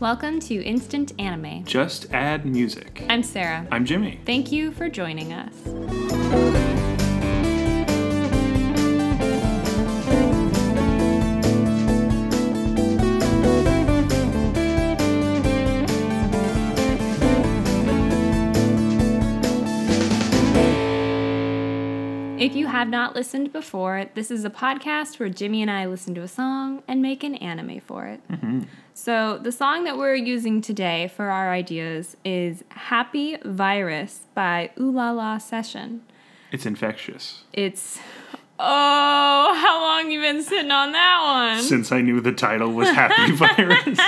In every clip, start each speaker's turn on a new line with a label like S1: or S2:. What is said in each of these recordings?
S1: Welcome to Instant Anime.
S2: Just add music.
S1: I'm Sarah.
S2: I'm Jimmy.
S1: Thank you for joining us. If you have not listened before, this is a podcast where Jimmy and I listen to a song and make an anime for it. So, the song that we're using today for our ideas is Happy Virus by Ooh La La Session.
S2: It's infectious.
S1: It's. Oh, how long you been sitting on that one?
S2: Since I knew the title was Happy Virus,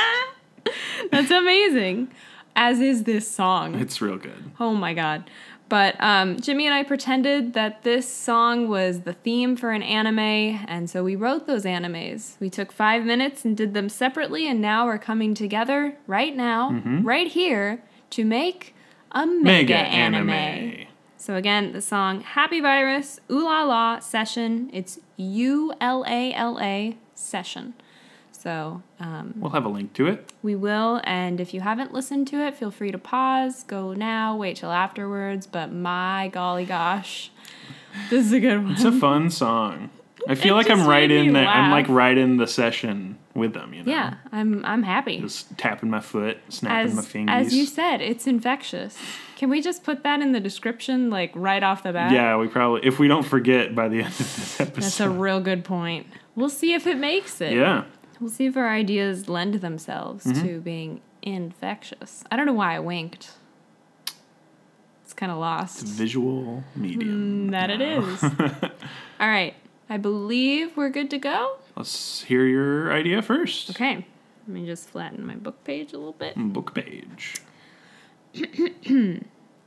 S1: That's amazing. As is this song.
S2: it's real good.
S1: Oh my god. But um, Jimmy and I pretended that this song was the theme for an anime, and so we wrote those animes. We took five minutes and did them separately, and now we're coming together right now, right here, to make a mega,
S2: Mega
S1: anime.
S2: anime.
S1: So again, the song Happy Virus, Ooh La La Session. It's U L A L A Session. So um,
S2: We'll have a link to it.
S1: we will, and if you haven't listened to it, feel free to pause, go now, wait till afterwards. But my golly gosh, this is a good one.
S2: It's a fun song. I feel
S1: It
S2: like I'm
S1: just
S2: right
S1: made me
S2: in that. I'm
S1: laugh.
S2: like right in the session with them. You know.
S1: yeah, I'm I'm happy.
S2: Just tapping my foot, snapping my
S1: As,
S2: fingers.
S1: as you said, it's infectious. Can we just put that in the description, like right off the bat?
S2: yeah, we probably if we don't forget by the end of this episode.
S1: That's a real good point. We'll see if it makes it.
S2: yeah. Mm-hmm.
S1: We'll see if our ideas lend themselves to being infectious. I don't know why I winked. It's kind of lost.
S2: Visual medium.
S1: Mm, That it is. All right. I believe we're good to go.
S2: Let's hear your idea first.
S1: Hmm. Okay. Let me just flatten my book page a little bit.
S2: Book page.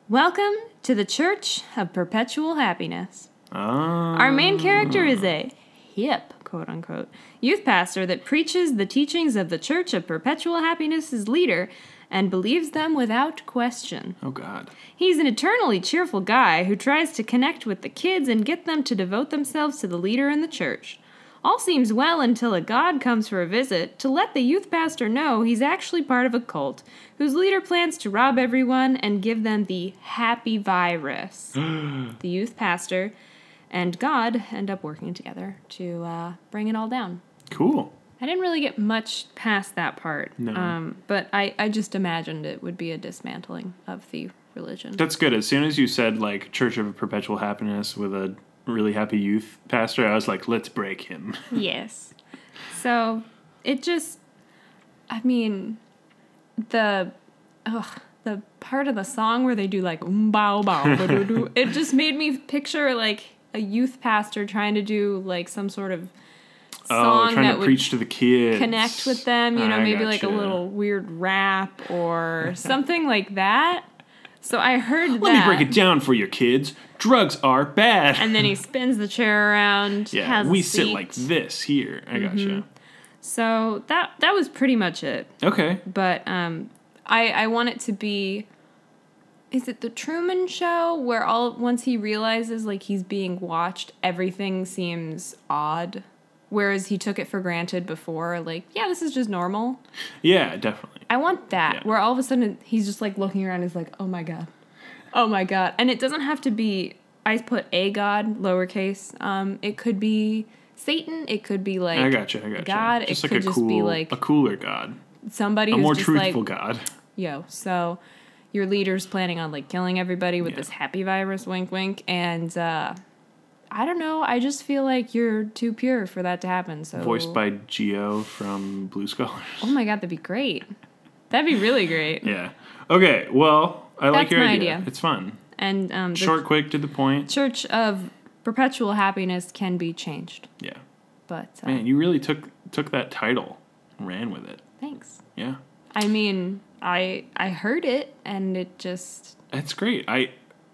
S1: Welcome to the Church of Perpetual Happiness.
S2: Ah.
S1: Our main character is a hip, quote unquote, youth pastor that preaches the teachings of the Church of Perpetual Happiness's leader and believes them without question.
S2: Oh God.
S1: He's an eternally cheerful guy who tries to connect with the kids and get them to devote themselves to the leader in the church. All seems well until a god comes for a visit to let the youth pastor know he's actually part of a cult whose leader plans to rob everyone and give them the happy virus. the youth pastor and God end up working together to uh, bring it all down.
S2: Cool.
S1: I didn't really get much past that part,
S2: No.
S1: um, but I, I just imagined it would be a dismantling of the religion.
S2: That's good. As soon as you said like Church of Perpetual Happiness with a really happy youth pastor, I was like, let's break him.
S1: yes. So it just, I mean, the, ugh, the part of the song where they do like um bow bow, ba-do-do, it just made me picture like a youth pastor trying to do like some sort of
S2: oh,
S1: song
S2: trying
S1: that
S2: to
S1: would
S2: preach to the kids,
S1: connect with them, you know,
S2: I
S1: maybe like a
S2: gotcha.
S1: little weird rap or something like that. So I heard
S2: Let
S1: that.
S2: me break it down for you, kids. Drugs are bad.
S1: and then he spins the chair around.
S2: yeah,
S1: has a
S2: we sit
S1: seat. Mm-hmm.
S2: like this here. I gotcha.
S1: So that that was pretty much it.
S2: Okay.
S1: but um, I I want it to be. Is it the Truman Show where all once he realizes like he's being watched, everything seems odd, whereas he took it for granted before. Like, yeah, this is just normal.
S2: Yeah, definitely.
S1: I want that
S2: Yeah.
S1: where all of a sudden he's just like looking around. He's like, oh my god, oh my god, and it doesn't have to be. I put a god lowercase. Um, it could be Satan. It could be like
S2: I gotcha. I gotcha.
S1: God, it
S2: just like
S1: could
S2: a
S1: just be
S2: cool,
S1: like-
S2: a cooler God,
S1: somebody
S2: a
S1: who's
S2: more
S1: just
S2: truthful
S1: like,
S2: God.
S1: yo so your leader's planning on like killing everybody with
S2: Yeah.
S1: this happy virus wink wink and uh i don't know i just feel like you're too pure for that to happen so
S2: Voiced by Geo from Blue Scholars.
S1: oh my god that'd be great that'd be really great
S2: Yeah. Okay. Well, I like
S1: That's
S2: your
S1: my
S2: idea.
S1: idea.
S2: It's fun.
S1: and um the
S2: Short, quick, to the point.
S1: church of perpetual happiness can be changed
S2: Yeah.
S1: but uh,
S2: Man, you really took took that title and ran with it.
S1: thanks
S2: Yeah.
S1: i mean i i heard it and it just
S2: That's great. I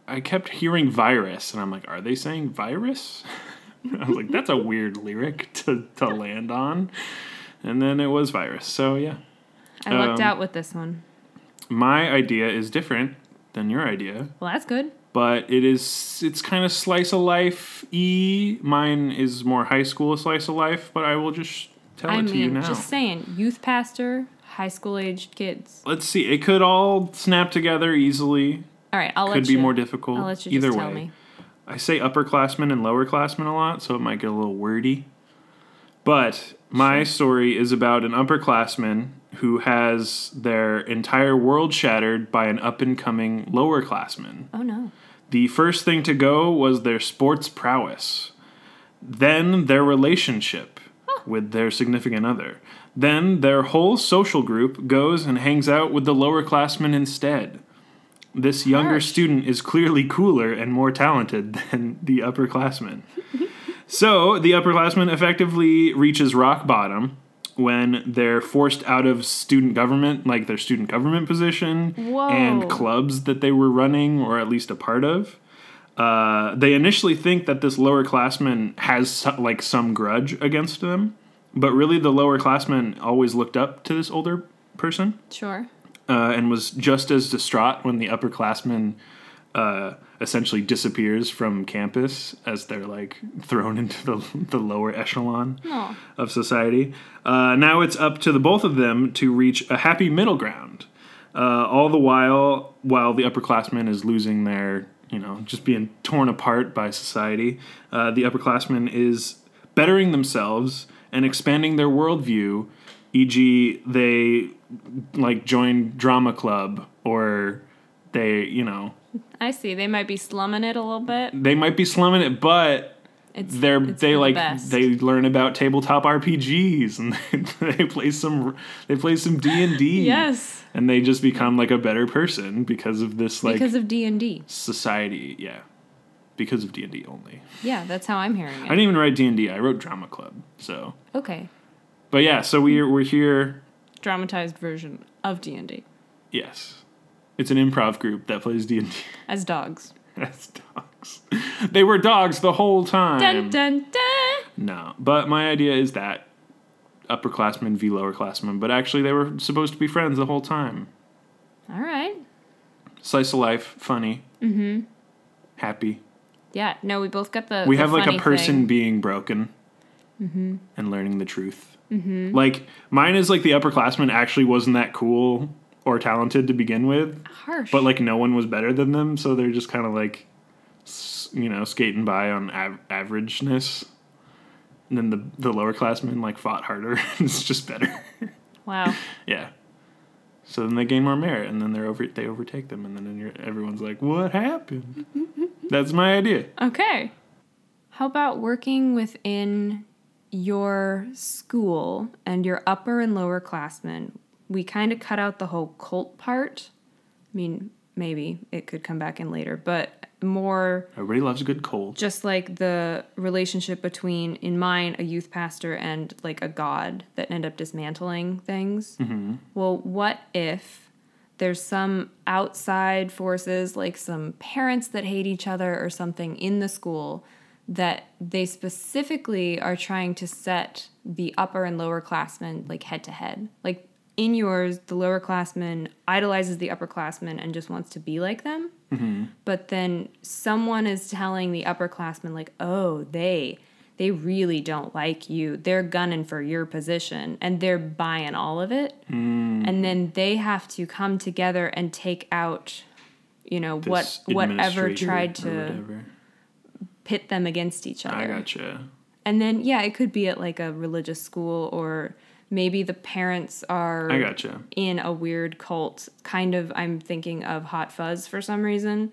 S2: I kept hearing virus and I'm like, are they saying virus? I was like, that's a weird lyric to, to land on. And then it was virus. So yeah.
S1: i lucked
S2: Um,
S1: out with this one
S2: My idea is different than your idea,
S1: well that's good
S2: but it is it's kind of slice of life e. Mine is more high school slice of life, but I will just tell
S1: i
S2: it to you
S1: mean
S2: now.
S1: just saying youth pastor high school aged kids.
S2: Let's see. It could all snap together easily.
S1: All right, I'll
S2: Could
S1: let
S2: be
S1: you.
S2: more difficult.
S1: I'll let you
S2: Either
S1: Oh, just tell
S2: way.
S1: me.
S2: I say upperclassmen and lowerclassmen a lot, so it might get a little wordy. But my story is about an upperclassman who has their entire world shattered by an up and coming lowerclassman.
S1: Oh no.
S2: The first thing to go was their sports prowess, then their relationship with their significant other. Then their whole social group goes and hangs out with the lowerclassmen instead. This younger
S1: Harsh.
S2: student is clearly cooler and more talented than the upperclassmen. so the upperclassman effectively reaches rock bottom when they're forced out of student government, like their student government position
S1: Whoa.
S2: and clubs that they were running or at least a part of. Uh, they initially think that this lowerclassman has so- like some grudge against them, but really the lowerclassman always looked up to this older person
S1: Sure.
S2: uh, and was just as distraught when the upperclassman uh, essentially disappears from campus as they're like thrown into the, the lower echelon
S1: Oh.
S2: of society. Uh, now it's up to the both of them to reach a happy middle ground. Uh, all the while, while the upperclassmen is losing their, you know, just being torn apart by society, uh, the upperclassmen is bettering themselves and expanding their worldview. E.g., they like join drama club or they, you know,
S1: I see. They might be slumming it a little bit.
S2: they might be slumming it, but
S1: It's
S2: they're
S1: it's for
S2: they
S1: the
S2: like
S1: best.
S2: they learn about tabletop RPGs and they, they play some they play some D and D.
S1: Yes.
S2: and they just become like a better person because of this like
S1: because of D and D.
S2: society. Yeah, because of D and D only.
S1: Yeah, that's how I'm hearing
S2: I
S1: it.
S2: didn't even write D and D. I wrote drama club. So,
S1: Okay.
S2: but yeah, so we we're here.
S1: Dramatized version of D and D
S2: Yes, it's an improv group that plays D and D
S1: as dogs.
S2: as dogs. They were dogs the whole time.
S1: Dun dun dun.
S2: No, but my idea is that upperclassmen v lowerclassmen, but actually they were supposed to be friends the whole time.
S1: All right.
S2: Slice of life, funny, mm-hmm. happy.
S1: Yeah. No, we both got the.
S2: We
S1: the
S2: have like a
S1: funny
S2: person
S1: thing. Mm-hmm.
S2: being broken and learning the truth. Mm-hmm. Like mine is like the upperclassman actually wasn't that cool or talented to begin with,
S1: harsh.
S2: but like no one was better than them, so they're just kind of like, s- you know, skating by on av- averageness. And then the the lowerclassmen like fought harder. it's just better.
S1: wow.
S2: Yeah. So then they gain more merit, and then they're over. They overtake them, and then you're, everyone's like, "What happened?" That's my idea.
S1: Okay. How about working within your school and your upper and lower classmen? We kind of cut out the whole cult part. I mean, maybe it could come back in later, but more
S2: Everybody loves a good cold.
S1: just like the relationship between, in mine, a youth pastor and like a god that end up dismantling things. Well, what if there's some outside forces, like some parents that hate each other or something in the school, that they specifically are trying to set the upper and lower classmen like head to head? Like in yours, the lower classman idolizes the upper classman and just wants to be like them but then someone is telling the upperclassmen like oh they they really don't like you they're gunning for your position and they're buying all of it
S2: Mm.
S1: and then they have to come together and take out you know what
S2: This
S1: whatever
S2: administrator
S1: tried
S2: or
S1: to
S2: whatever.
S1: pit them against each other
S2: I gotcha.
S1: and then yeah it could be at like a religious school or maybe the parents are
S2: I gotcha.
S1: in a weird cult kind of i'm thinking of hot fuzz for some reason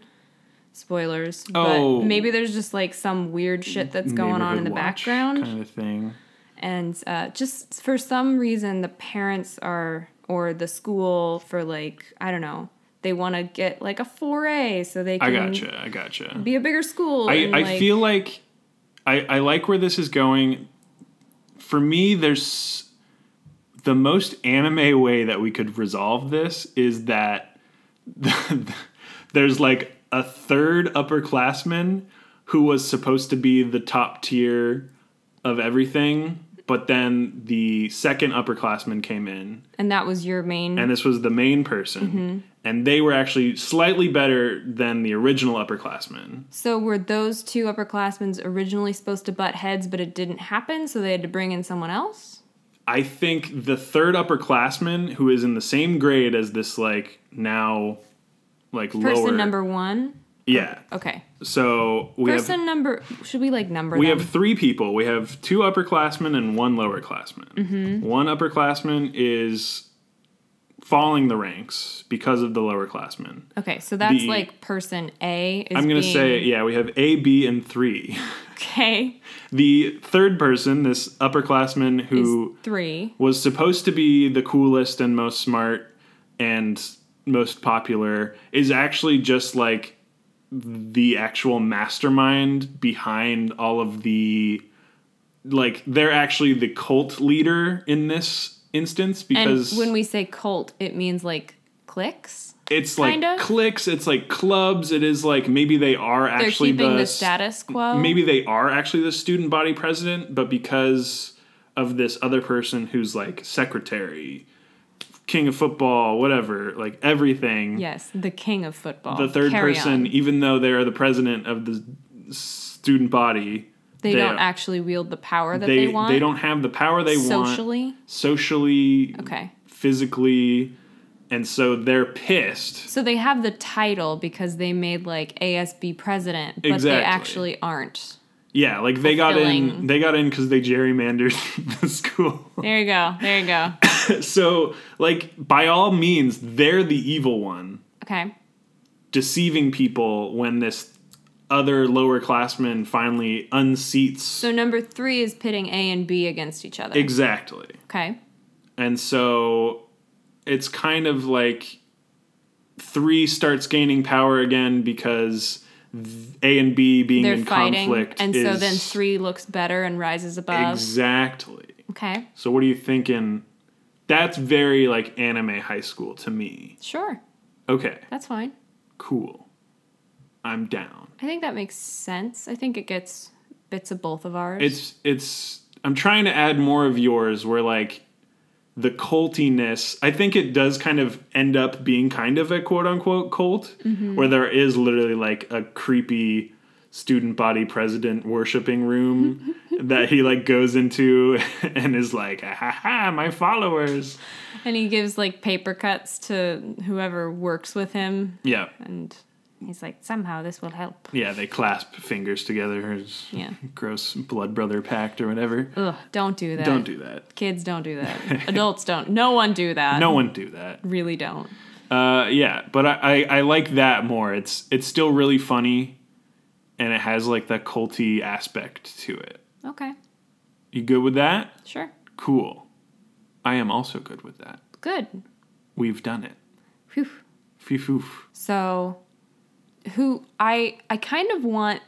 S1: spoilers
S2: Oh.
S1: but maybe there's just like some weird shit that's going on in the
S2: Neighborhood watch
S1: background
S2: kind of thing.
S1: and uh, just for some reason the parents are or the school for like i don't know they want to get like a 4a so they can
S2: I gotcha. I gotcha.
S1: be a bigger school
S2: I,
S1: and,
S2: I
S1: like-
S2: feel like I, I like where this is going. For me, there's the most anime way that we could resolve this is that there's like a third upperclassman who was supposed to be the top tier of everything, but then the second upperclassman came in
S1: and that was your main
S2: and this was the main person.
S1: Mm-hmm.
S2: And they were actually slightly better than the original upperclassman.
S1: so were those two upperclassmen originally supposed to butt heads but it didn't happen so they had to bring in someone else
S2: I think the third upperclassman who is in the same grade as this like now like
S1: Person
S2: lower
S1: number one.
S2: yeah.
S1: Okay.
S2: So we have
S1: Person number. Should we like number
S2: we
S1: them?
S2: have three people. We have two upperclassmen and one lowerclassman.
S1: Mm-hmm.
S2: One upperclassman is falling the ranks because of the lowerclassmen.
S1: okay, so that's
S2: the-
S1: like person A is.
S2: I'm gonna
S1: being-
S2: say yeah. We have A, B, and three.
S1: okay.
S2: the third person, this upperclassman
S1: Is
S2: who
S1: three.
S2: was supposed to be the coolest and most smart and most popular, is actually just like the actual mastermind behind all of the like they're actually the cult leader in this instance
S1: And
S2: because
S1: when we say cult, it means like clicks.
S2: it's like
S1: kind of?
S2: cliques it's like clubs it is like maybe they are
S1: They're
S2: actually
S1: keeping the,
S2: the st-
S1: status quo.
S2: maybe they are actually the student body president, but because of this other person who's like secretary, king of football, whatever, like everything.
S1: Yes, the king of football.
S2: The third
S1: Carry
S2: person,
S1: on.
S2: even though they are the president of the student body,
S1: They,
S2: they-
S1: don't actually wield the power that
S2: they
S1: they,
S2: they,
S1: want.
S2: don't have the power they want
S1: socially.
S2: socially,
S1: Okay.
S2: physically, and so they're pissed.
S1: So they have the title because they made like ASB president, but they
S2: Exactly.
S1: actually aren't.
S2: Yeah, like they got in
S1: Fulfilling.
S2: they got in because they gerrymandered the school.
S1: There you go. There you go.
S2: So, like, by all means, they're the evil one,
S1: Okay.
S2: deceiving people when this other lowerclassman finally unseats.
S1: So number three is pitting A and B against each other.
S2: exactly.
S1: okay.
S2: And so it's kind of like three starts gaining power again because th- A and B being
S1: They're
S2: in
S1: fighting.
S2: conflict.
S1: and so
S2: is-
S1: then three looks better and rises above.
S2: Exactly.
S1: okay.
S2: So, what are you thinking? That's very like anime high school to me.
S1: Sure.
S2: Okay,
S1: That's fine.
S2: cool. I'm down.
S1: I think that makes sense. I think it gets bits of both of ours.
S2: it's it's i'm trying to add more of yours where like the cultiness i think it does kind of end up being kind of a quote unquote cult
S1: Mm-hmm.
S2: where there is literally like a creepy student body president worshiping room that he like goes into and is like "Ah, ha ha my followers
S1: and he gives like paper cuts to whoever works with him.
S2: yeah
S1: And he's like, somehow this will help.
S2: yeah they clasp fingers together as
S1: Yeah.
S2: gross blood brother pact or whatever
S1: Ugh, don't do that.
S2: don't do that
S1: Kids don't do that. Adults don't. No one do that.
S2: no one do that
S1: Really don't.
S2: Uh, yeah, but I, I, I like that more. It's it's still really funny, and it has like that culty aspect to it.
S1: Okay.
S2: You good with that?
S1: Sure.
S2: Cool. I am also good with that.
S1: Good.
S2: We've done it.
S1: Phew.
S2: Phew, phew, phew.
S1: So who I I kind of want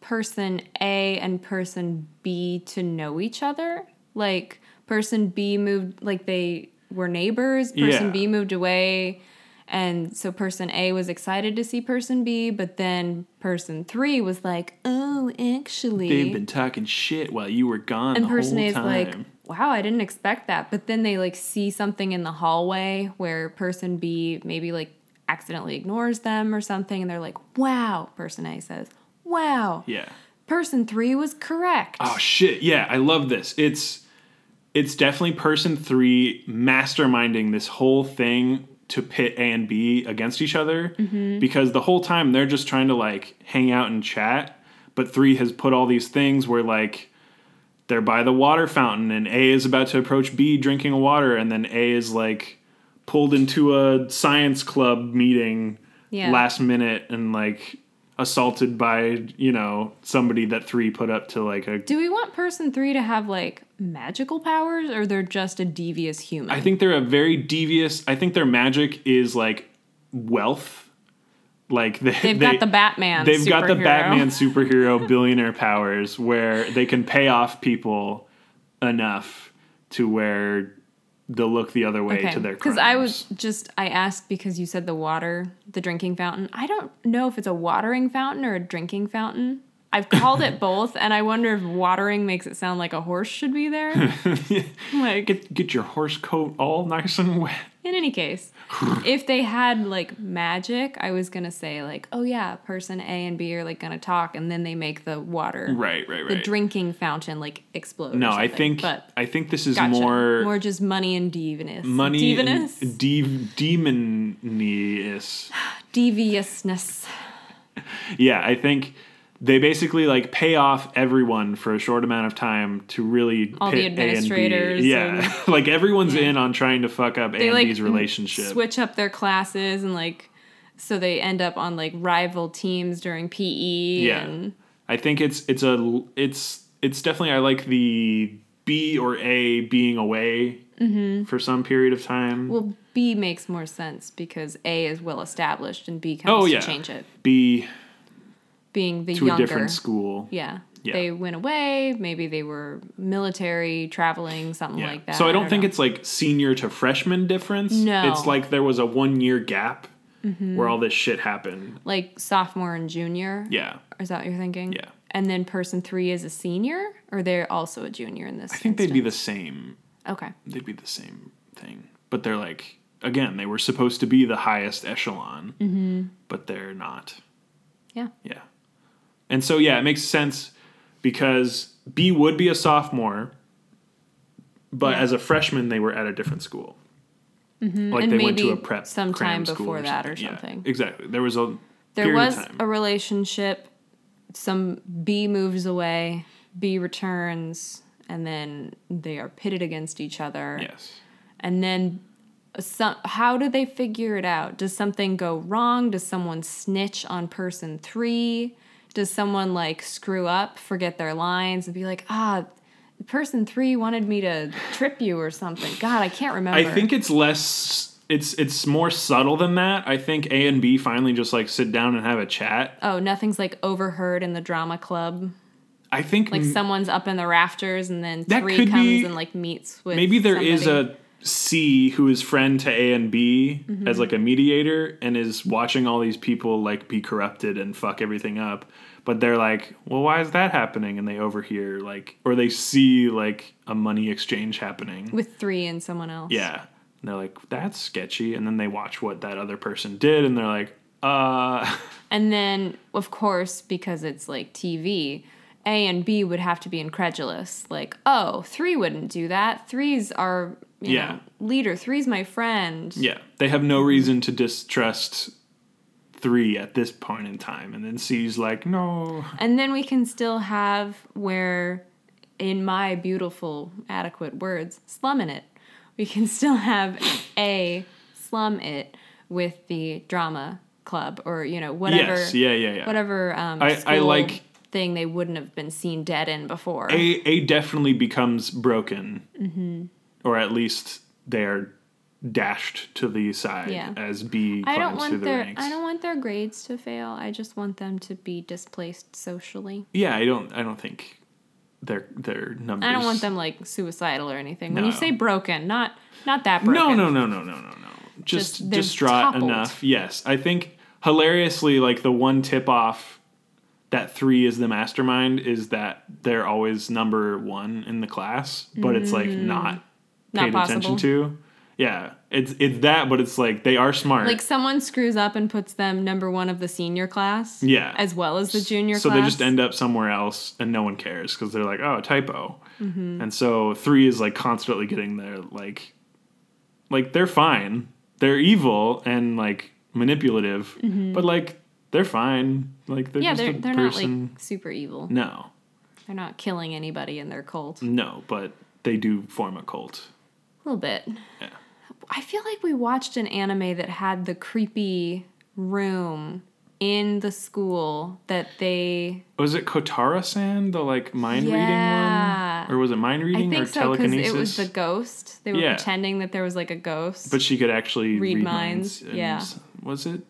S1: person A and person B to know each other. Like person B moved like they were neighbors, person
S2: Yeah.
S1: B moved away and so person A was excited to see person B, but then person 3 was like, "Oh, actually."
S2: They've been talking shit while you were gone
S1: and
S2: the
S1: person A
S2: whole
S1: is
S2: time.
S1: like, wow, I didn't expect that. But then they like see something in the hallway where person B maybe like accidentally ignores them or something, and they're like, wow. Person A says, wow.
S2: yeah.
S1: Person three was correct.
S2: Oh shit. Yeah, I love this. It's it's definitely person three masterminding this whole thing to pit A and B against each other because the whole time they're just trying to like hang out and chat. But three has put all these things where like they're by the water fountain and A is about to approach B drinking water and then A is like pulled into a science club meeting
S1: Yeah.
S2: last minute and like assaulted by, you know, somebody that three put up to like a
S1: Do we want person three to have like magical powers or they're just a devious human?
S2: I think they're a very devious. I think their magic is like wealth. Like they,
S1: they've
S2: they,
S1: got the Batman.
S2: they've got the
S1: superhero.
S2: Batman superhero billionaire powers where they can pay off people enough to where they'll look the other way to their crimes.
S1: Because I was just I asked because you said the water, the drinking fountain. I don't know if it's a watering fountain or a drinking fountain. I've called it both, and I wonder if watering makes it sound like a horse should be there. like,
S2: Get get your horse coat all nice and wet.
S1: in any case, if they had like magic, I was gonna say like, oh yeah, person A and B are like gonna talk, and then they make the water,
S2: Right, right,
S1: the
S2: right.
S1: drinking fountain like explode. or
S2: no, I
S1: something.
S2: think
S1: but
S2: I think this is
S1: gotcha.
S2: more
S1: more just money and deviness,
S2: money
S1: deviness,
S2: and de- demonious.
S1: deviousness.
S2: Yeah, I think they basically like pay off everyone for a short amount of time to really
S1: All the
S2: pit A and B.
S1: administrators
S2: Yeah, like everyone's in on trying to fuck up A
S1: They
S2: and
S1: like
S2: B's relationship.
S1: switch up their classes and like. So they end up on like rival teams during PE.
S2: Yeah.
S1: And
S2: I think it's it's a it's it's definitely I like the B or A being away for some period of time.
S1: Mm-hmm. Well, B makes more sense because A is well established and B comes
S2: oh yeah,
S1: to change it.
S2: B
S1: Being the
S2: to
S1: younger,
S2: a different school.
S1: yeah.
S2: Yeah.
S1: They went away. Maybe they were military, traveling, something
S2: Yeah.
S1: like that.
S2: So I don't, think it's like senior to freshman difference.
S1: No.
S2: It's like there was a one year gap where all this shit happened.
S1: it's like sophomore and junior.
S2: Yeah.
S1: Is that what you're thinking?
S2: Yeah.
S1: And then person three is a senior, or they're also a junior in this.
S2: I think they'd be the same.
S1: Okay.
S2: They'd be the same thing. But they're like again, they were supposed to be the highest echelon, but they're not.
S1: Mm-hmm. Yeah.
S2: Yeah. And so yeah, it makes sense because B would be a sophomore, but
S1: Yeah. Mm-hmm.
S2: as a freshman they were at a different school. Like
S1: And
S2: they went to
S1: maybe
S2: a prep
S1: sometime
S2: cram school
S1: before that or
S2: Yeah,
S1: something.
S2: exactly. There was a
S1: There
S2: period
S1: was
S2: of time.
S1: a relationship. Some B moves away, B returns, and then they are pitted against each other.
S2: yes.
S1: and then some, how do they figure it out does something go wrong does someone snitch on person three does someone like screw up forget their lines and be like ah person three wanted me to trip you or something god i can't remember
S2: I think it's less it's it's more subtle than that. I think A and B finally just like sit down and have a chat.
S1: oh nothing's like overheard in the drama club
S2: I think
S1: like
S2: m-
S1: someone's up in the rafters and then
S2: Mm-hmm. That
S1: three
S2: could
S1: comes
S2: be-
S1: and like meets with
S2: maybe there
S1: somebody. Mm-hmm.
S2: is a C who is friend to A and B as like a mediator and is watching all these people like be corrupted and fuck everything up. But they're like, well, why is that happening? And they overhear like, or they see like a money exchange happening.
S1: with three and someone else
S2: Yeah. And they're like, that's sketchy. And then they watch what that other person did and they're like, uh,
S1: And then, of course, because it's like TV, A and B would have to be incredulous. Like, oh, three wouldn't do that. Three's our you
S2: Yeah.
S1: know, leader. Three's my friend.
S2: yeah. They have no reason to distrust three at this point in time. And then C's like, no.
S1: And then we can still have where, in my beautiful, adequate words, slumming it. We can still have A slum it with the drama club or, you know, whatever.
S2: yes. Yeah, yeah, yeah.
S1: Whatever um,
S2: I- I
S1: school
S2: like-
S1: thing they wouldn't have been seen dead in before.
S2: A A definitely becomes broken,
S1: Mm-hmm.
S2: or at least they are dashed to the side
S1: Yeah.
S2: as B climbs
S1: I don't
S2: through
S1: want
S2: the
S1: their
S2: ranks.
S1: I don't want their grades to fail. I just want them to be displaced socially.
S2: yeah, I don't. I don't think their their numbers.
S1: I don't want them like suicidal or anything. When
S2: No.
S1: you say broken, not not that broken.
S2: No, no, no, no, no, no, no. Just,
S1: Just they're
S2: distraught
S1: toppled.
S2: enough. Yes, I think hilariously, like the one tip off that three is the mastermind is that they're always number one in the class, but it's like not
S1: Mm. Not
S2: paid attention
S1: possible.
S2: to. Yeah, it's it's that, but it's like they are smart.
S1: Like someone screws up and puts them number one of the senior class.
S2: Yeah.
S1: As well as the junior
S2: so
S1: class.
S2: they just end up somewhere else and no one cares because they're like oh typo
S1: Mm-hmm.
S2: and so three is like constantly getting their like like they're fine they're evil and like manipulative but like they're fine like
S1: Mm-hmm.
S2: they're
S1: Yeah,
S2: just
S1: they're they're
S2: a person
S1: not like super evil.
S2: no
S1: They're not killing anybody in their cult. A
S2: no but they do form a cult
S1: little bit.
S2: yeah
S1: I feel like we watched an anime that had the creepy room in the school that they
S2: was it Kotara San the like mind
S1: Yeah.
S2: reading one or was it mind
S1: I
S2: reading or
S1: think so because
S2: telekinesis
S1: it was the ghost. They were
S2: Yeah.
S1: pretending that there was like a ghost.
S2: but she could actually
S1: Read
S2: read,
S1: minds,
S2: minds, and
S1: yeah.
S2: s- was it
S1: it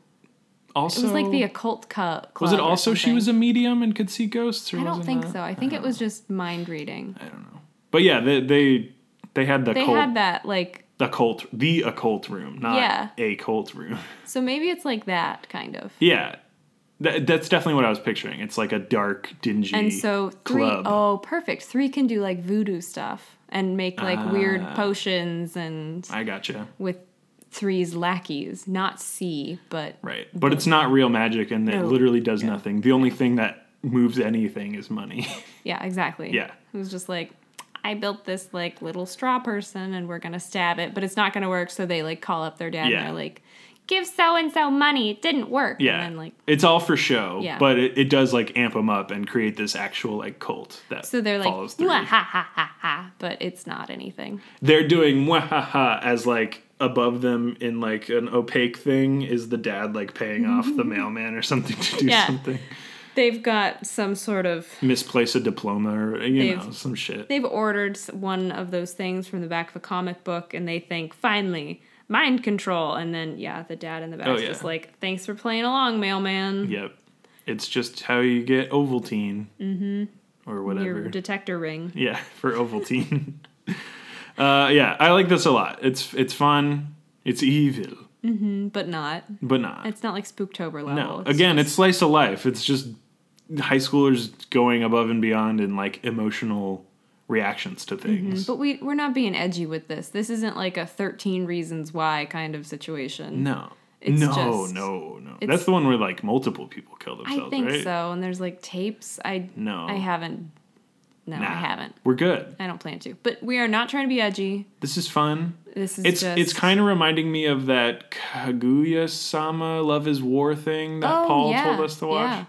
S2: also
S1: was like the occult cu- club.
S2: Was it
S1: or
S2: also she was a
S1: something.
S2: medium and could see ghosts? Or
S1: I don't
S2: wasn't
S1: think
S2: that-
S1: so. I think it was just mind reading.
S2: I don't know. But yeah, they they, they had the
S1: They
S2: cult,
S1: had that like
S2: occult, the occult room, not
S1: Yeah.
S2: a cult room.
S1: so maybe it's like that kind of.
S2: yeah, That, that's definitely what I was picturing. It's like a dark, dingy
S1: And so three oh
S2: club.
S1: perfect. Three can do like voodoo stuff and make like weird
S2: Ah.
S1: potions and
S2: I gotcha.
S1: with three's lackeys, not C, but
S2: Right. But it's not real magic and it
S1: No.
S2: literally does nothing. The only thing that moves anything is money.
S1: yeah, exactly.
S2: Yeah.
S1: It was just like I built this like little straw person and we're gonna stab it, but it's not gonna work, so they like call up their dad
S2: Yeah.
S1: and they're like, Give so and so money, it didn't work.
S2: yeah.
S1: And then like
S2: it's all for show,
S1: Yeah.
S2: but it, it does like amp them up and create this actual like cult that
S1: so they're like
S2: follows through.
S1: "Wah, ha ha ha ha but it's not anything.
S2: They're doing mwahaha as like above them in like an opaque thing is the dad like paying off the mailman or something to do
S1: Yeah.
S2: something.
S1: They've got some sort of
S2: Misplace a diploma or you
S1: They've-
S2: know, some shit.
S1: They've ordered s- one of those things from the back of a comic book and they think, finally, mind control. And then, yeah, the dad in the back
S2: Oh,
S1: is
S2: yeah.
S1: just like, thanks for playing along, mailman.
S2: Yep. It's just how you get Ovaltine. Mm-hmm. Or whatever.
S1: Your detector ring.
S2: Yeah, for Ovaltine. uh, yeah, I like this a lot. It's it's fun. It's evil,
S1: But not.
S2: but not.
S1: It's not like Spooktober level.
S2: no,
S1: It's
S2: again,
S1: just-
S2: it's slice of life. It's just high schoolers going above and beyond in like emotional reactions to things.
S1: Mm-hmm. But we, we're not being edgy with this. This isn't like a 13 reasons why kind of situation.
S2: No,
S1: It's
S2: no,
S1: just-
S2: no, no.
S1: it's-
S2: That's the one where like multiple people kill themselves,
S1: I think
S2: right?
S1: so. And there's like tapes. I,
S2: No.
S1: I haven't. No,
S2: Nah.
S1: I haven't.
S2: We're good.
S1: I don't plan to. But we are not trying to be edgy.
S2: This is fun.
S1: This is
S2: It's
S1: just.
S2: it's kind of reminding me of that Kaguya Sama Love Is War thing that
S1: Oh,
S2: Paul
S1: yeah,
S2: told us to watch,
S1: yeah.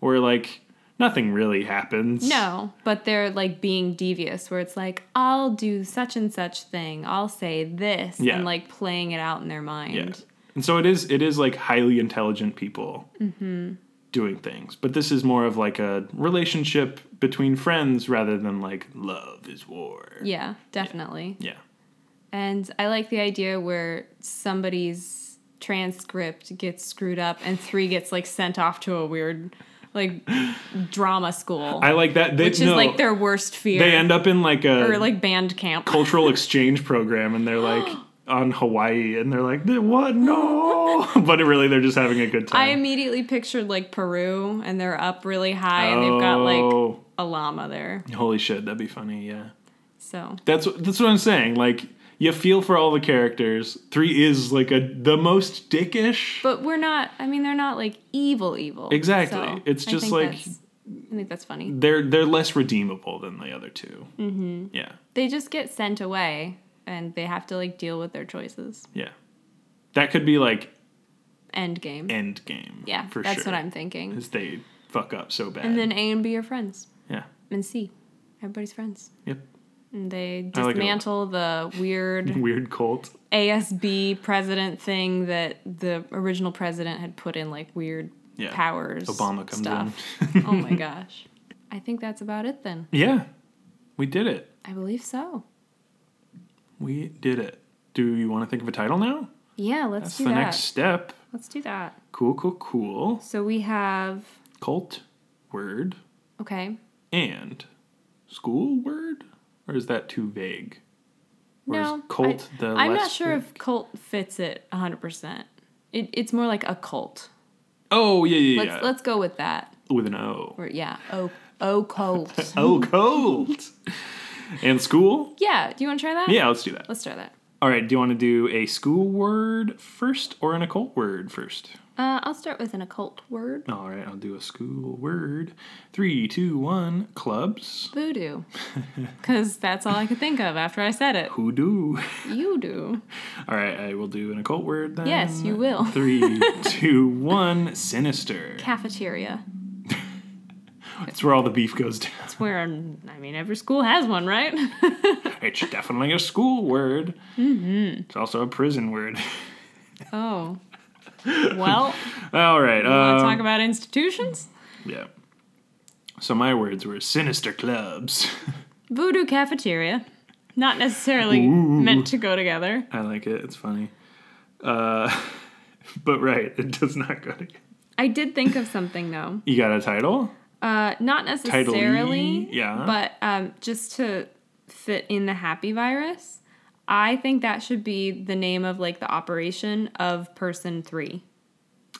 S2: where like nothing really happens.
S1: No, but they're like being devious, where it's like, I'll do such and such thing, I'll say this,
S2: Yeah.
S1: and like playing it out in their mind.
S2: Yeah. And so it is it is like highly intelligent people
S1: Mm-hmm.
S2: doing things, but this is more of like a relationship between friends rather than like love is war.
S1: Yeah, definitely.
S2: Yeah.
S1: And I like the idea where somebody's transcript gets screwed up and three gets like sent off to a weird like drama school,
S2: I like that. They,
S1: which is
S2: no,
S1: like their worst fear.
S2: they end up in like a
S1: or like band camp.
S2: cultural exchange program, and they're like. On Hawaii, and they're like, "What? No!" But really, they're just having a good time.
S1: I immediately pictured like Peru and they're up really high and they've got like
S2: Oh,
S1: a llama there.
S2: holy shit, that'd be funny. Yeah,
S1: So
S2: that's that's what I'm saying. Like you feel for all the characters. Three is like a the most dickish.
S1: But we're not. I mean, they're not like evil, evil.
S2: Exactly. It's just
S1: think
S2: like-
S1: that's- I think that's funny.
S2: They're they're less redeemable than the other 2 Mm-hmm. Yeah,
S1: They just get sent away, and they have to like deal with their choices.
S2: yeah. That could be like
S1: End game.
S2: end game.
S1: yeah,
S2: for
S1: that's
S2: sure.
S1: what I'm thinking.
S2: Because they fuck up so bad.
S1: And then A and B are friends,
S2: yeah,
S1: and C, everybody's friends.
S2: yep.
S1: And they
S2: I like it.
S1: dismantle the weird
S2: Weird cult.
S1: ASB president thing that the original president had put in like weird
S2: Yeah.
S1: powers.
S2: Obama comes
S1: stuff.
S2: in.
S1: oh my gosh. I think that's about it then.
S2: yeah, we did it.
S1: I believe so.
S2: We did it. Do you want to think of a title now?
S1: Yeah, let's
S2: That's
S1: do
S2: the
S1: that.
S2: next step.
S1: Let's do that.
S2: Cool, cool, cool.
S1: So we have
S2: Cult word
S1: okay.
S2: and school word, or is that too vague? Or
S1: No,
S2: is cult
S1: I,
S2: the?
S1: I'm not
S2: less
S1: sure
S2: vague?
S1: if cult fits it 100. percent It it's more like a cult.
S2: Oh yeah, yeah,
S1: Let's
S2: yeah.
S1: let's go with that.
S2: With an O.
S1: Or yeah, oh oh cult.
S2: Oh, cult. and school.
S1: yeah, do you want to try that?
S2: Yeah, let's do that.
S1: let's try that.
S2: All right. Do you want to do a school word first or an occult word first?
S1: Uh, I'll start with an occult word.
S2: All right, I'll do a school word. Three, two, one. Clubs.
S1: Voodoo, because that's all I could think of after I said it.
S2: Hoodoo.
S1: You do.
S2: All right, I will do an occult word then.
S1: Yes, you will.
S2: Three, two, one. Sinister.
S1: Cafeteria.
S2: That's where all the beef goes down.
S1: It's where um, I mean every school has one, right?
S2: It's definitely a school word. Mm-hmm. It's also a prison word.
S1: oh, well,
S2: All
S1: want
S2: right.
S1: to
S2: Um,
S1: talk about institutions?
S2: yeah. So my words were sinister clubs.
S1: Voodoo cafeteria. Not necessarily meant to go together.
S2: I like it. It's funny. Uh, but right, it does not go together.
S1: I did think of something though.
S2: You got a title? E?
S1: Uh, not necessarily,
S2: yeah.
S1: But um, just to fit in the happy virus, I think that should be the name of like the operation of person three.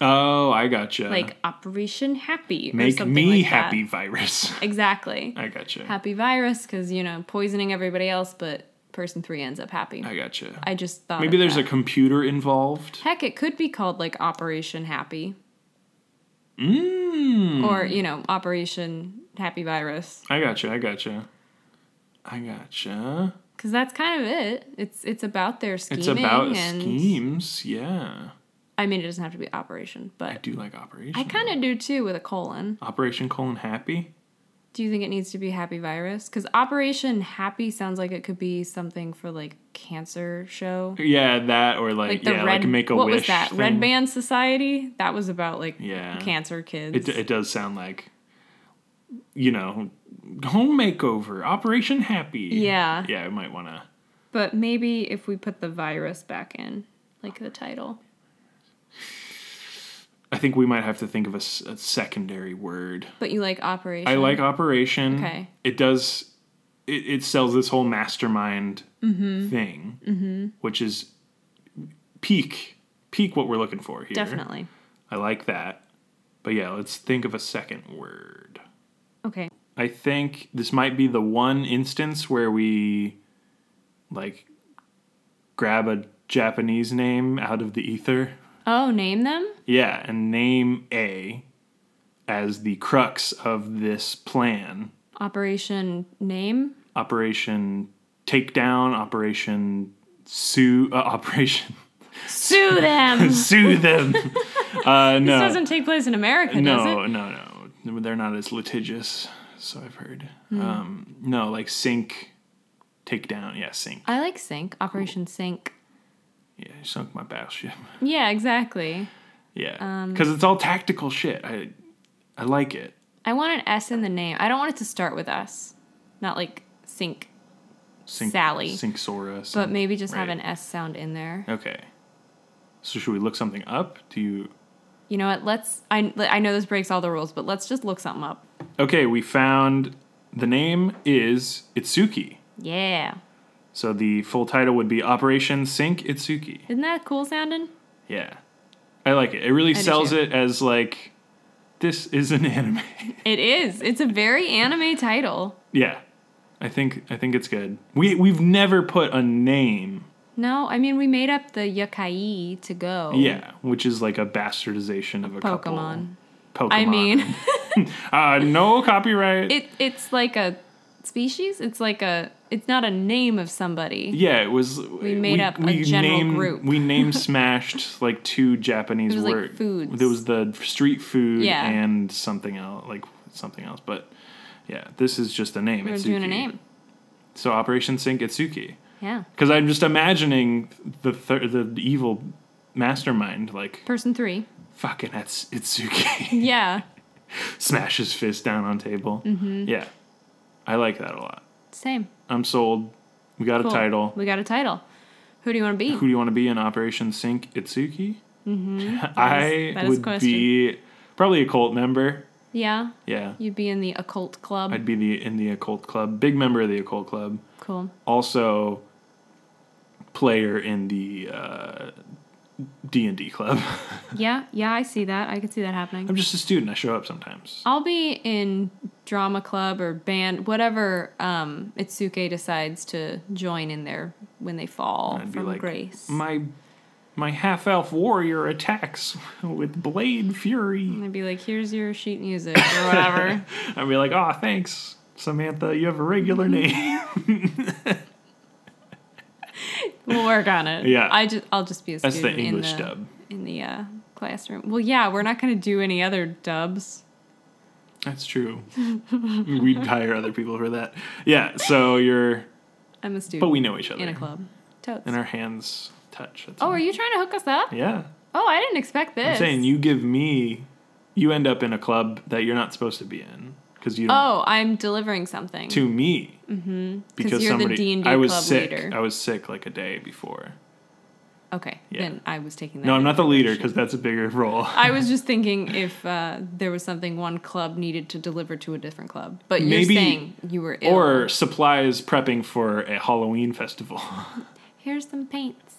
S2: Oh, I gotcha.
S1: like Operation Happy. or
S2: make
S1: something
S2: me
S1: like that.
S2: happy virus.
S1: Exactly.
S2: I gotcha.
S1: Happy virus, because, you know, poisoning everybody else, but person three ends up happy.
S2: I gotcha.
S1: I just thought.
S2: Maybe there's a computer involved.
S1: Heck, it could be called like Operation Happy
S2: Mm.
S1: or, you know, Operation Happy Virus.
S2: I gotcha. I gotcha. I gotcha.
S1: Because that's kind of it. It's it's about their scheming.
S2: It's about
S1: and,
S2: schemes. Yeah,
S1: I mean, it doesn't have to be Operation,
S2: I
S1: but
S2: do like Operation.
S1: I kind of do too with a colon.
S2: Operation colon happy.
S1: Do you think it needs to be Happy Virus? Because Operation Happy sounds like it could be something for like cancer show.
S2: Yeah, that or like,
S1: Like the
S2: yeah,
S1: red.
S2: like make a
S1: what
S2: wish.
S1: was that?
S2: thing.
S1: Red Band Society. That was about like
S2: Yeah.
S1: cancer kids.
S2: It it does sound like, you know, home makeover. Operation happy.
S1: Yeah.
S2: Yeah, I might want to.
S1: But maybe if we put the virus back in, like the title.
S2: I think we might have to think of a, s- a secondary word.
S1: But you like Operation.
S2: I like Operation.
S1: Okay.
S2: It does. It, it sells this whole mastermind
S1: Mm-hmm.
S2: thing, which is peak peak what we're looking for here.
S1: Definitely.
S2: I like that. But yeah, let's think of a second word.
S1: Okay.
S2: I think this might be the one instance where we like grab a Japanese name out of the ether.
S1: Oh, name them?
S2: Yeah, and name A as the crux of this plan.
S1: Operation Name?
S2: Operation Takedown, Operation Sue, uh, Operation
S1: Sue them! this
S2: Sue them. uh, no,
S1: doesn't take place in America, does
S2: no,
S1: it?
S2: no, no. They're not as litigious, so I've heard.
S1: Hmm.
S2: Um, no, like sink, takedown. Yeah, sink.
S1: I like Sync. Operation Sync.
S2: Yeah, sunk my battleship.
S1: Yeah, exactly.
S2: Yeah,
S1: Um,
S2: because it's all tactical shit. I, I like it.
S1: I want an S in the name. I don't want it to start with us. Not like Sync,
S2: Sink,
S1: Sally.
S2: Sink Sora.
S1: but
S2: sink-
S1: maybe just have
S2: right.
S1: an S sound in there.
S2: Okay. So should we look something up? Do you?
S1: You know what? Let's. I, I know this breaks all the rules, but let's just look something up.
S2: Okay, we found the name is Itsuki.
S1: Yeah.
S2: So the full title would be Operation Sink Itsuki.
S1: Isn't that cool sounding?
S2: Yeah. I like it. It really
S1: do
S2: sells
S1: too.
S2: it as like this is an anime.
S1: It is. It's a very anime title.
S2: yeah. I think I think it's good. We we've never put a name.
S1: No, I mean we made up the yokai to go.
S2: Yeah, which is like a bastardization of a couple-
S1: Pokemon.
S2: Pokemon.
S1: I mean,
S2: uh no copyright.
S1: it it's like a species. It's like a. It's not a name of somebody.
S2: yeah, it was We
S1: made up a general
S2: named-
S1: group.
S2: We name smashed like two Japanese
S1: It was, like,
S2: words.
S1: foods.
S2: There was the street food
S1: Yeah.
S2: and something else like something else, but yeah, this is just a name.
S1: We're
S2: Itsuki.
S1: doing a name.
S2: So Operation Sink Itsuki.
S1: Yeah.
S2: Because I'm just imagining the thir- the evil mastermind like
S1: Person three.
S2: fucking that's Itsuki
S1: Yeah.
S2: smash his fist down on table. Mm-hmm. Yeah, I like that a lot.
S1: Same.
S2: I'm sold. We got
S1: Cool.
S2: a title.
S1: We got a title. Who do you want to be?
S2: Who do you want to be in Operation Sink Itsuki? Mm-hmm.
S1: is-
S2: I
S1: that is a
S2: would
S1: question.
S2: be probably a cult member.
S1: yeah.
S2: Yeah,
S1: You'd be in the occult club.
S2: I'd be the in the occult club, big member of the occult club.
S1: cool.
S2: Also, player in the uh, D and D club.
S1: Yeah. Yeah. I see that. I could see that happening.
S2: I'm just a student. I show up sometimes.
S1: I'll be in drama club or band, whatever um, Itsuke decides to join in there when they fall
S2: I'd be
S1: from
S2: like, "Mm."
S1: grace.
S2: My my half elf warrior attacks with blade fury.
S1: And I'd be like, here's your sheet music or whatever.
S2: I'd be like, oh, thanks, Samantha. You have a regular name.
S1: we'll work on it.
S2: Yeah.
S1: I just, I'll just be a
S2: That's the
S1: student
S2: English
S1: in the,
S2: dub.
S1: In the uh, classroom. Well, yeah, we're not going to do any other dubs.
S2: That's true. We'd hire other people for that. Yeah. So you're,
S1: I'm a
S2: but
S1: student
S2: we know each other.
S1: in a club. Totes.
S2: And our hands touch. That's
S1: oh,
S2: all.
S1: are you trying to hook us up?
S2: yeah.
S1: Oh, I didn't expect this.
S2: I'm saying you give me, you end up in a club that you're not supposed to be in because you don't
S1: Oh, I'm delivering something.
S2: to me mm-hmm. because
S1: you're the
S2: somebody
S1: D&D
S2: I was
S1: club
S2: sick.
S1: leader.
S2: I was sick like a day before.
S1: okay,
S2: Yeah.
S1: then I was taking that.
S2: No, I'm not the leader
S1: information.
S2: because that's a bigger role.
S1: I was just thinking if uh, there was something one club needed to deliver to a different club, but you're
S2: Maybe-
S1: saying you were ill.
S2: Or supplies prepping for a Halloween festival.
S1: here's some paints.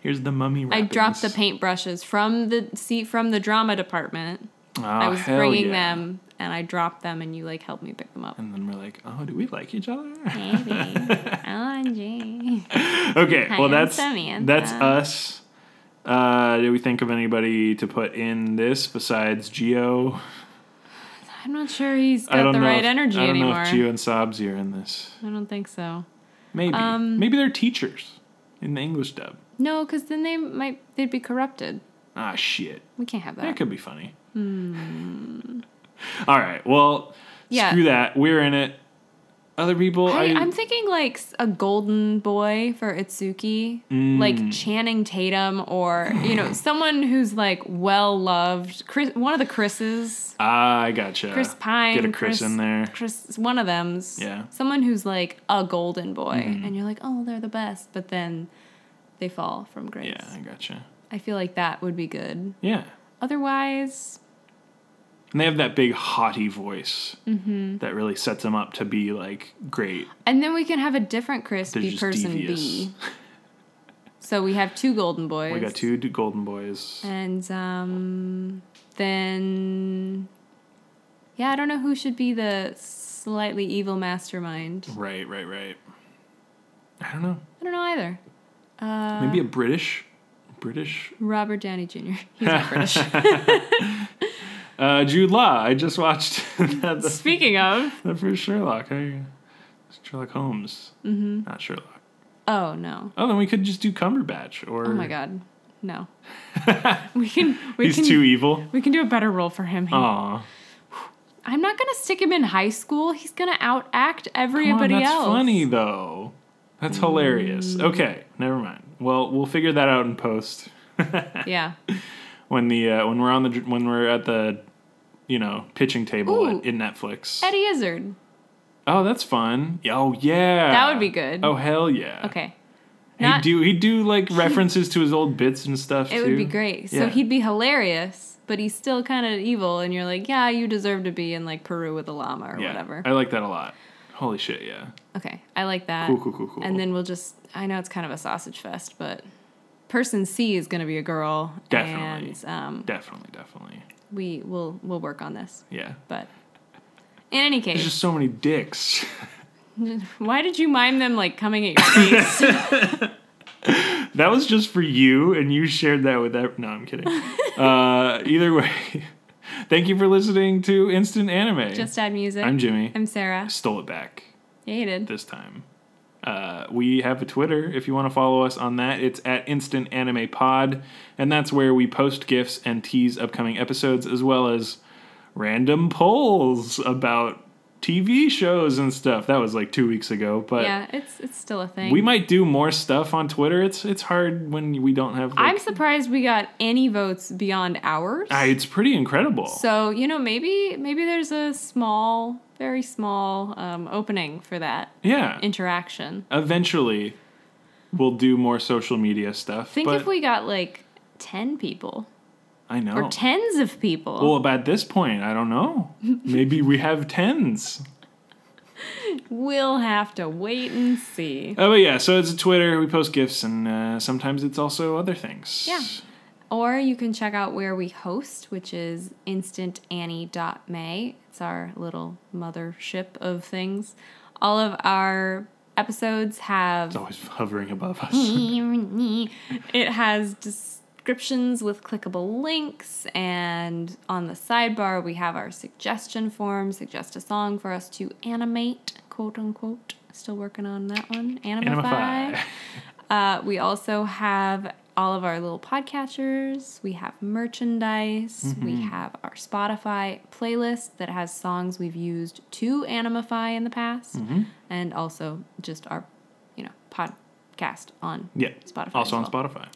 S2: Here's the mummy.
S1: I
S2: Wrappings.
S1: dropped the paintbrushes from the seat from the drama department.
S2: Oh,
S1: I was
S2: hell
S1: bringing
S2: yeah.
S1: them, and I dropped them, and you like helped me pick them up.
S2: And then we're like, oh, do we like each other?
S1: Maybe. OMG.
S2: okay,
S1: Hi,
S2: well
S1: I'm
S2: that's
S1: Samantha.
S2: that's us. Uh, do we think of anybody to put in this besides Geo?
S1: I'm not sure he's
S2: I
S1: got
S2: don't
S1: the
S2: know.
S1: right
S2: if,
S1: energy
S2: I don't
S1: anymore.
S2: know if Geo and Sabzi are in this.
S1: I don't think so.
S2: Maybe
S1: Um,
S2: maybe they're teachers in the English dub.
S1: No, because then they might they'd be corrupted.
S2: Ah, shit.
S1: We can't have that.
S2: That could be funny. All right. Well,
S1: Hmm. Yeah.
S2: screw that. We're in it. Other people, I,
S1: I, I'm thinking like s- a golden boy for Itsuki,
S2: Mm.
S1: like Channing Tatum, or you know someone who's like well loved. Chris, one of the Chris's,
S2: ah, I gotcha.
S1: Chris Pine,
S2: Get a Chris, in there.
S1: Chris, one of them's.
S2: Yeah. Mm-hmm.
S1: Someone who's like a golden boy, and you're like, oh, they're the best, but then they fall from grace.
S2: Yeah, I gotcha.
S1: I feel like that would be good.
S2: Yeah.
S1: Otherwise,
S2: And they have that big haughty voice that really sets them up to be like great.
S1: and then we can have a different Chris
S2: They're
S1: be
S2: just
S1: person
S2: devious.
S1: B. So we have two golden boys.
S2: We got two d- golden boys.
S1: And um, then, yeah, I don't know who should be the slightly evil mastermind.
S2: Right, right, right. I don't know.
S1: I don't know either. Uh,
S2: Maybe a British, British.
S1: Robert Downey Jr. He's not British.
S2: Uh, Jude Law. I just watched that, the,
S1: Speaking of,
S2: the first Sherlock. I, Sherlock Holmes, mm-hmm. not Sherlock.
S1: oh no,
S2: Oh, then we could just do Cumberbatch or
S1: oh my God, no. we can we
S2: he's
S1: can
S2: too e- Uh, evil.
S1: we can do a better role for him. here.
S2: Aw,
S1: I'm not gonna stick him in high school. He's gonna out act
S2: Come on,
S1: everybody
S2: that's
S1: else. Mm.
S2: funny though. That's hilarious. Okay, never mind. Well, we'll figure that out in post
S1: Yeah.
S2: when the uh, when we're on the dr- when we're at the you know pitching table
S1: Ooh.
S2: at, in Netflix.
S1: Eddie Izzard.
S2: Oh, that's fun. Yeah, Oh yeah,
S1: That would be good.
S2: Oh hell yeah.
S1: Okay.
S2: he'd
S1: Not-
S2: do he'd do like references to his old bits and stuff.
S1: It
S2: too.
S1: would be great. So
S2: Yeah.
S1: he'd be hilarious, but he's still kind of evil, and you're like, yeah, you deserve to be in like Peru with a llama or
S2: yeah, Uh,
S1: whatever.
S2: I like that a lot. Holy shit, yeah.
S1: okay, I like that.
S2: Cool, cool, cool, cool.
S1: And then we'll just, I know it's kind of a sausage fest, but person C is going to be a girl.
S2: Definitely.
S1: And um,
S2: definitely, definitely,
S1: we will we'll work on this.
S2: yeah.
S1: But in any
S2: There's
S1: case,
S2: just so many dicks.
S1: why did you mime them like coming at your face?
S2: That was just for you, and you shared that with that. No, I'm kidding. uh, either way, thank you for listening to Instant Anime.
S1: just add music.
S2: I'm Jimmy.
S1: I'm Sarah.
S2: Stole it back
S1: Yeah, you did.
S2: this time. Uh, we have a Twitter. If you want to follow us on that, it's at Instant Anime Pod, and that's where we post gifs and tease upcoming episodes, as well as random polls about TV shows and stuff. That was like two weeks ago, but.
S1: Yeah, it's it's still a thing.
S2: We might do more stuff on Twitter. It's it's hard when we don't have. Like,
S1: I'm surprised we got any votes beyond ours.
S2: Ah, it's pretty incredible.
S1: So you know, maybe maybe there's a small, very small um, opening for that
S2: yeah.
S1: interaction.
S2: Eventually, we'll do more social media stuff.
S1: Think
S2: but
S1: if we got like ten people
S2: I know.
S1: or tens of people.
S2: well, about this point, I don't know. Maybe we have tens.
S1: we'll have to wait and see.
S2: Oh, but yeah. So it's Twitter. We post gifs, and uh, sometimes it's also other things.
S1: Yeah. Or you can check out where we host, which is instantannie.may. It's our little mothership of things. All of our episodes have
S2: It's always hovering above
S1: Mm-hmm.
S2: us.
S1: it has descriptions with clickable links, and on the sidebar, we have our suggestion form. Suggest a song for us to animate, quote unquote. Still working on that one. Animify.
S2: Animify.
S1: Uh, we also have all of our little podcatchers. We have merchandise. We
S2: Mm-hmm.
S1: have our Spotify playlist that has songs we've used to Animify in the past,
S2: Mm-hmm.
S1: and also just our, you know, podcast on
S2: Yeah.
S1: Spotify. as
S2: Also on
S1: well.
S2: Spotify.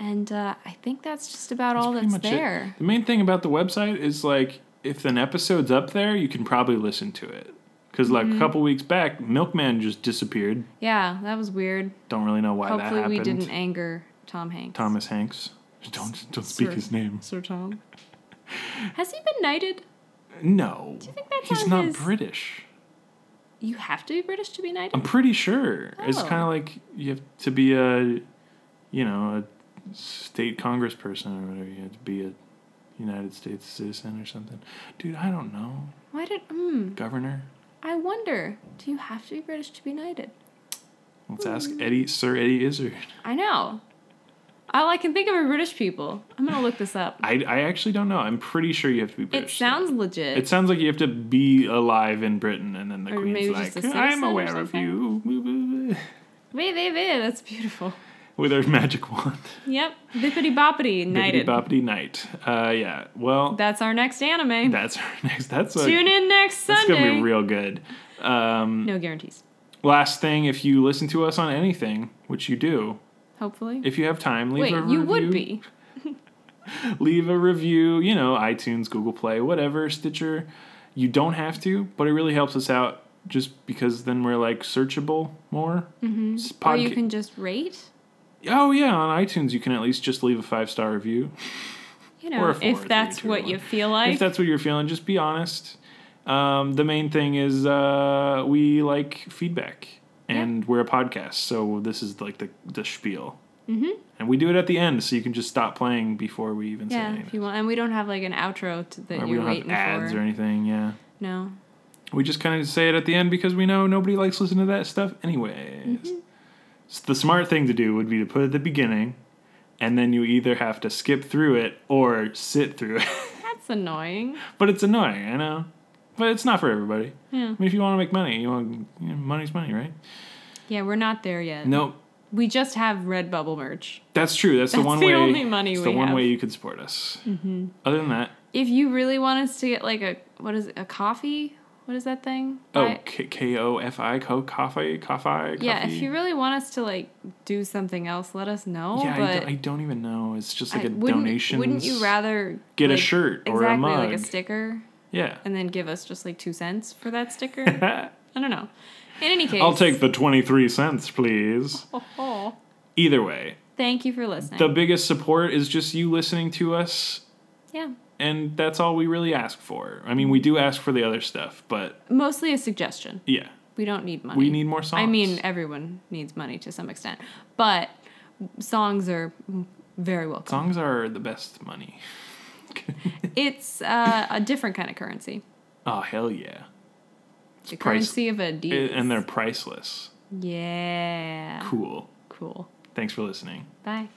S1: And uh, I think that's just about all
S2: Pretty
S1: that's
S2: much it.
S1: there.
S2: The main thing about the website is like if an episode's up there, you can probably listen to it. Because like
S1: Mm-hmm.
S2: a couple weeks back, Milkman just disappeared.
S1: Yeah, that was weird.
S2: Don't really know why that
S1: Hopefully,
S2: happened.
S1: we didn't anger Tom Hanks.
S2: Thomas Hanks. Don't don't speak
S1: Sir.
S2: his name.
S1: Sir Tom. Has he been knighted?
S2: No. Do you
S1: think that's
S2: He's
S1: on
S2: not
S1: his-
S2: British.
S1: You
S2: Um,
S1: have to be British to be knighted.
S2: I'm pretty sure. It's
S1: Oh.
S2: kind of like you have to be a you know, a state congressperson or whatever. You had to be a United States citizen or something. Dude, I don't know.
S1: Why did? Hmm.
S2: Governor.
S1: I wonder. Do you have to be British to be knighted?
S2: Let's ask
S1: Mm.
S2: Eddie, Sir Eddie Izzard.
S1: I know. All I can think of are British people. I'm gonna look this up.
S2: I, I actually don't know. I'm pretty sure you have to be
S1: It
S2: British.
S1: sounds legit.
S2: It sounds like you have to be alive in Britain, and then the
S1: Or
S2: Queen's
S1: maybe
S2: like,
S1: just a
S2: "I'm
S1: citizen or
S2: aware of you,"
S1: Wait, wait, wait. That's beautiful.
S2: with her magic wand.
S1: Yep. Bippity boppity knighted.
S2: Bippity boppity night. Uh, yeah. Well,
S1: That's our next anime.
S2: that's our next. That's a,
S1: Tune in next
S2: That's gonna
S1: Sunday.
S2: be real good. Um,
S1: no guarantees.
S2: last thing, if you listen to us on anything, which you do,
S1: Hopefully.
S2: if you have time, leave
S1: Wait,
S2: a review.
S1: you would be.
S2: leave a review, you know, iTunes, Google Play, whatever, Stitcher. You don't have to, but it really helps us out just because then we're like searchable more. Mm-hmm.
S1: or you can just rate.
S2: oh, yeah, on iTunes, you can at least just leave a five star review.
S1: You
S2: Or a
S1: know,
S2: four,
S1: if
S2: three,
S1: that's
S2: two,
S1: what
S2: one.
S1: you feel like.
S2: if that's what you're feeling, just be honest. Um, the main thing is uh, we like feedback, and we're a podcast, so this is like the the spiel. Mm-hmm. And we do it at the end, so you can just stop playing before we even
S1: yeah,
S2: say
S1: if you
S2: anything.
S1: want, and we don't have like an outro to, that
S2: Or we
S1: you're
S2: don't have
S1: waiting
S2: ads
S1: for.
S2: or anything. Yeah,
S1: no,
S2: we just kind of say it at the end because we know nobody likes listening to that stuff, anyways.
S1: Mm-hmm.
S2: So the smart thing to do would be to put it at the beginning, and then you either have to skip through it or sit through it.
S1: that's annoying.
S2: But it's annoying, I know. But it's not for everybody.
S1: Yeah.
S2: I mean, if you want to make money, you want you know, money's money, right?
S1: Yeah, we're not there yet.
S2: No,
S1: We just have Redbubble merch.
S2: that's true. That's, the
S1: That's
S2: one
S1: the
S2: way.
S1: only money
S2: it's
S1: we
S2: the one
S1: have.
S2: way you could support us. Mm-hmm. Other than that,
S1: If you really want us to get like a what is it, a coffee? What is that thing?
S2: oh,
S1: I-
S2: K- K-O-F-I, co- coffee, coffee,
S1: yeah. If
S2: coffee.
S1: you really want us to like do something else, let us know.
S2: yeah, I,
S1: but
S2: don't, I don't even know. It's just like a
S1: I- wouldn't,
S2: donation.
S1: Wouldn't you rather
S2: Get a
S1: like,
S2: shirt or a
S1: exactly like
S2: mug.
S1: a sticker,
S2: Yeah.
S1: and then give us just like two cents for that sticker? I don't know. In any case,
S2: I'll take the twenty-three cents, please.
S1: Oh, oh.
S2: Either way,
S1: Thank you for listening.
S2: the biggest support is just you listening to us,
S1: yeah.
S2: and that's all we really ask for. I mean, we do ask for the other stuff, but
S1: Mostly a suggestion.
S2: yeah.
S1: We don't need money.
S2: We need more songs.
S1: I mean, everyone needs money to some extent, but songs are very welcome.
S2: songs are the best money.
S1: It's uh, a different kind of currency.
S2: Oh hell yeah!
S1: The
S2: price-
S1: currency of a deal.
S2: I- and they're priceless.
S1: yeah.
S2: Cool.
S1: Cool.
S2: Thanks for listening.
S1: Bye.